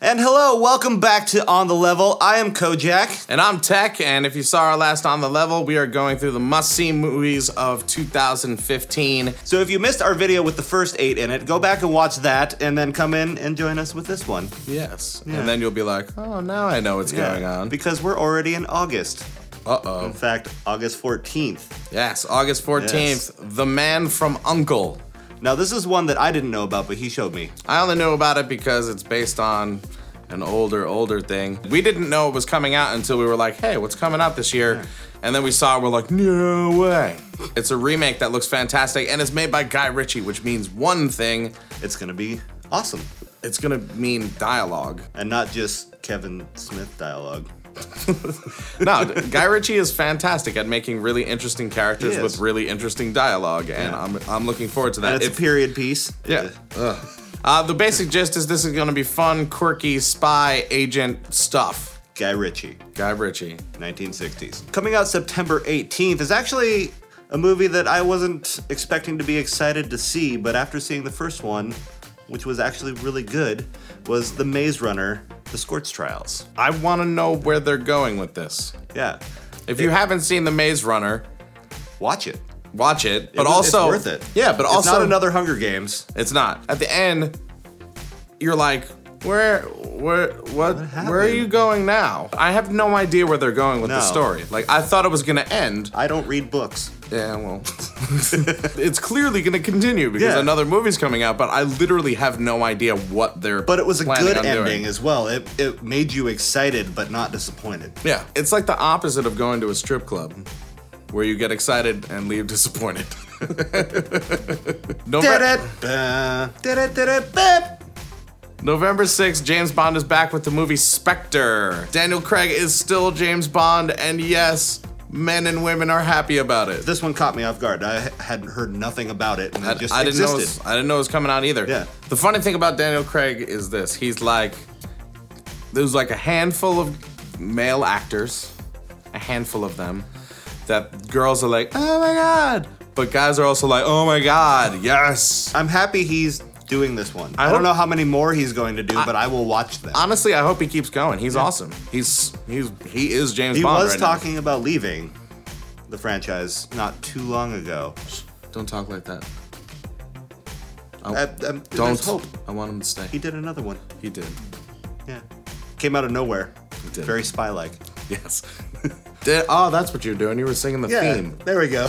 And hello, welcome back to On the Level. I am Kojak. And I'm Tech, and if you saw our last On the Level, we are going through the must see movies of 2015. So if you missed our video with the first eight in it, go back and watch that, and then come in and join us with this one. Yes. And then you'll be like, oh, now I know what's going on. Because we're already in August. Uh In oh. fact, August 14th. Yes, August 14th, The Man from Uncle. Now, this is one that I didn't know about, but he showed me. I only know about it because it's based on an older, older thing. We didn't know it was coming out until we were like, hey, what's coming out this year? And then we saw it, we're like, no way. It's a remake that looks fantastic and it's made by Guy Ritchie, which means one thing It's going to be awesome. it's gonna mean dialogue. And not just Kevin Smith dialogue. No, Guy Ritchie is fantastic at making really interesting characters He is. with really interesting dialogue, and Yeah. I'm, I'm looking forward to that. And it's Uh, If- a period piece. Yeah. Ugh. Uh, the basic gist is this is going to be fun, quirky spy agent stuff. Guy Ritchie. Guy Ritchie. 1960s. Coming out September 18th is actually a movie that I wasn't expecting to be excited to see, but after seeing the first one, which was actually really good, was The Maze Runner: The Scorch Trials. I want to know where they're going with this. Yeah, If you haven't seen The Maze Runner, watch it. watch it. But It was- also, it's worth it. Yeah, but It's also not another Hunger Games. It's not. At the end, you're like, where, where, what, where are happened? you going now? I have no idea where they're going with the No. story. Like, I thought it was gonna end. I don't read books. Yeah, well, it's clearly gonna continue because Yeah. another movie's coming out. But I literally have no idea what they're. But it was a planning good on doing. ending as well. It it made you excited but not disappointed. Yeah, it's like the opposite of going to a strip club, where you get excited and leave disappointed. November- Da-da-ba, da-da-da-da-ba. November 6th, James Bond is back with the movie Spectre. Daniel Craig is still James Bond, and yes, men and women are happy about it. This one caught me off guard. I had heard nothing about it and I, it just I didn't know it existed. was, I didn't know it was coming out either. Yeah. The funny thing about Daniel Craig is this: he's like, there's like a handful of male actors, a handful of them, that girls are like, oh my god, but guys are also like, oh my god, yes. I'm happy he's doing this one. I, hope- don't know how many more he's going to do, but I will watch them. Honestly, I hope he keeps going. He's awesome. He's he's he is James he Bond. was right now. talking about leaving the franchise not too long ago. Don't talk like that. Oh. I, I, Don't. um, There's hope. I want him to stay. He did another one. He did. Yeah. Came out of nowhere. did. Very spy like. Yes. Did- oh, that's what you're doing. You were singing the theme. There we go.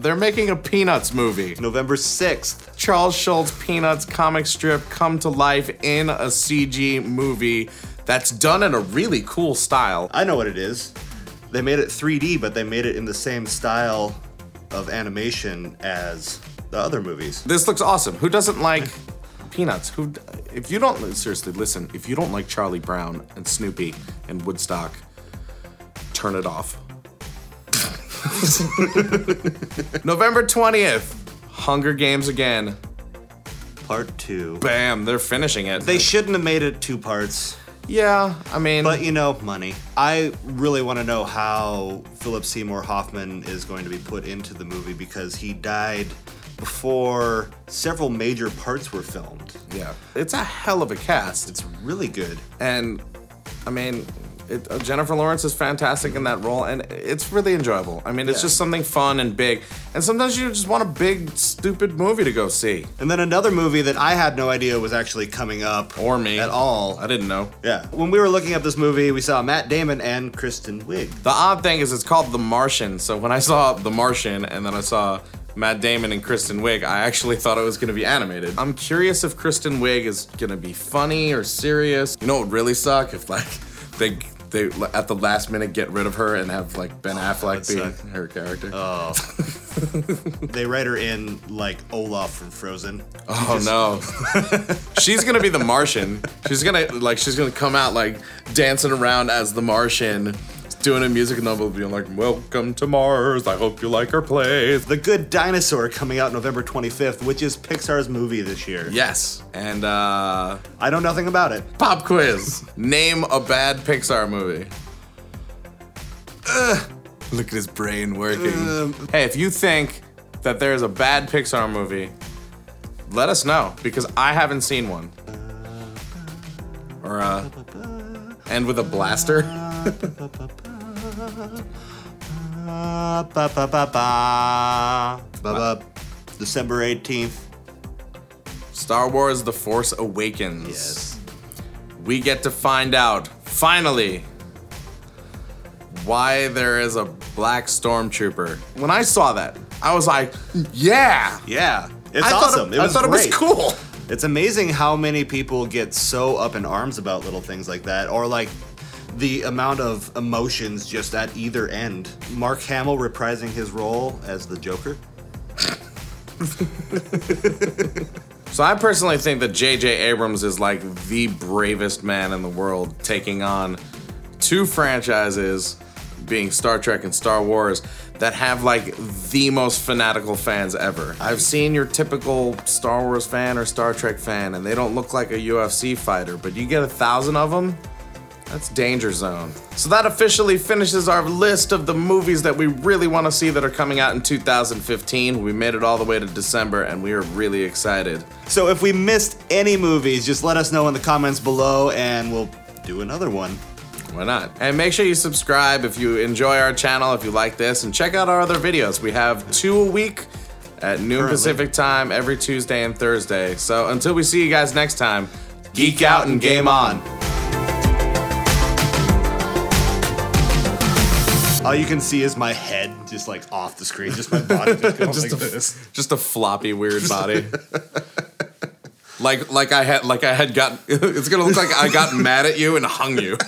They're making a Peanuts movie. November 6th. Charles Schultz Peanuts comic strip come to life in a CG movie that's done in a really cool style. I know what it is. They made it 3D, but they made it in the same style of animation as the other movies. This looks awesome. Who doesn't like Peanuts? Who, if you don't, seriously, listen, if you don't like Charlie Brown and Snoopy and Woodstock, turn it off. November 20th, Hunger Games again. Part 2. Bam, they're finishing it. They shouldn't have made it two parts. yeah, I mean, But you know, money. I really want to know how Philip Seymour Hoffman is going to be put into the movie because he died before several major parts were filmed. yeah, it's a hell of a cast. It's really good. and I mean, it, uh, Jennifer Lawrence is fantastic in that role, and it's really enjoyable. I mean, it's Yeah. just something fun and big, and sometimes you just want a big, stupid movie to go see. And then another movie that I had no idea was actually coming up Or me. at all. I didn't know. Yeah. When we were looking up this movie, we saw Matt Damon and Kristen Wiig. The odd thing is, it's called The Martian. So when I saw The Martian, and then I saw Matt Damon and Kristen Wiig, I actually thought it was gonna be animated. I'm curious if Kristen Wiig is gonna be funny or serious. You know, what would really suck if like they. They like, at the last minute get rid of her and have like Ben Affleck would be suck. her character. Oh, They write her in like Olaf from Frozen. Oh no. she's gonna be the Martian. She's gonna like she's gonna come out like dancing around as the Martian, doing a music number being like, Welcome to Mars, I hope you like our place. The Good Dinosaur coming out November 25th, which is Pixar's movie this year. Yes. And uh I know nothing about it. pop quiz. Name a bad Pixar movie. Ugh. Look at his brain working. Um, hey, if you think that there is a bad Pixar movie, let us know because I haven't seen one. Or uh, end with a blaster. Ba, Uh, ba, ba, ba. Ba, ba. December 18th. Star Wars: The Force Awakens. Yes. we get to find out, finally, why there is a black stormtrooper. When I saw that, I was like, yeah! Yeah. It's I thought awesome. It, I thought it great. was cool. It's amazing how many people get so up in arms about little things like that, or like the amount of emotions just at either end. Mark Hamill reprising his role as the Joker. So I personally think that J.J. Abrams is like the bravest man in the world taking on two franchises, being Star Trek and Star Wars, that have like the most fanatical fans ever. I've seen your typical Star Wars fan or Star Trek fan, and they don't look like a UFC fighter, but you get a thousand of them. That's Danger Zone. So that officially finishes our list of the movies that we really want to see that are coming out in 2015. We made it all the way to December, and we are really excited. So if we missed any movies, just let us know in the comments below and we'll do another one. Why not? And make sure you subscribe if you enjoy our channel, if you like this, and check out our other videos. We have two a week at noon Currently. Pacific time every Tuesday and Thursday. So until we see you guys next time, geek out and game on. All you can see is my head just like off the screen, just my body just going like this. Just a floppy weird body. like like I had like I had got it's gonna look like I got mad at you and hung you.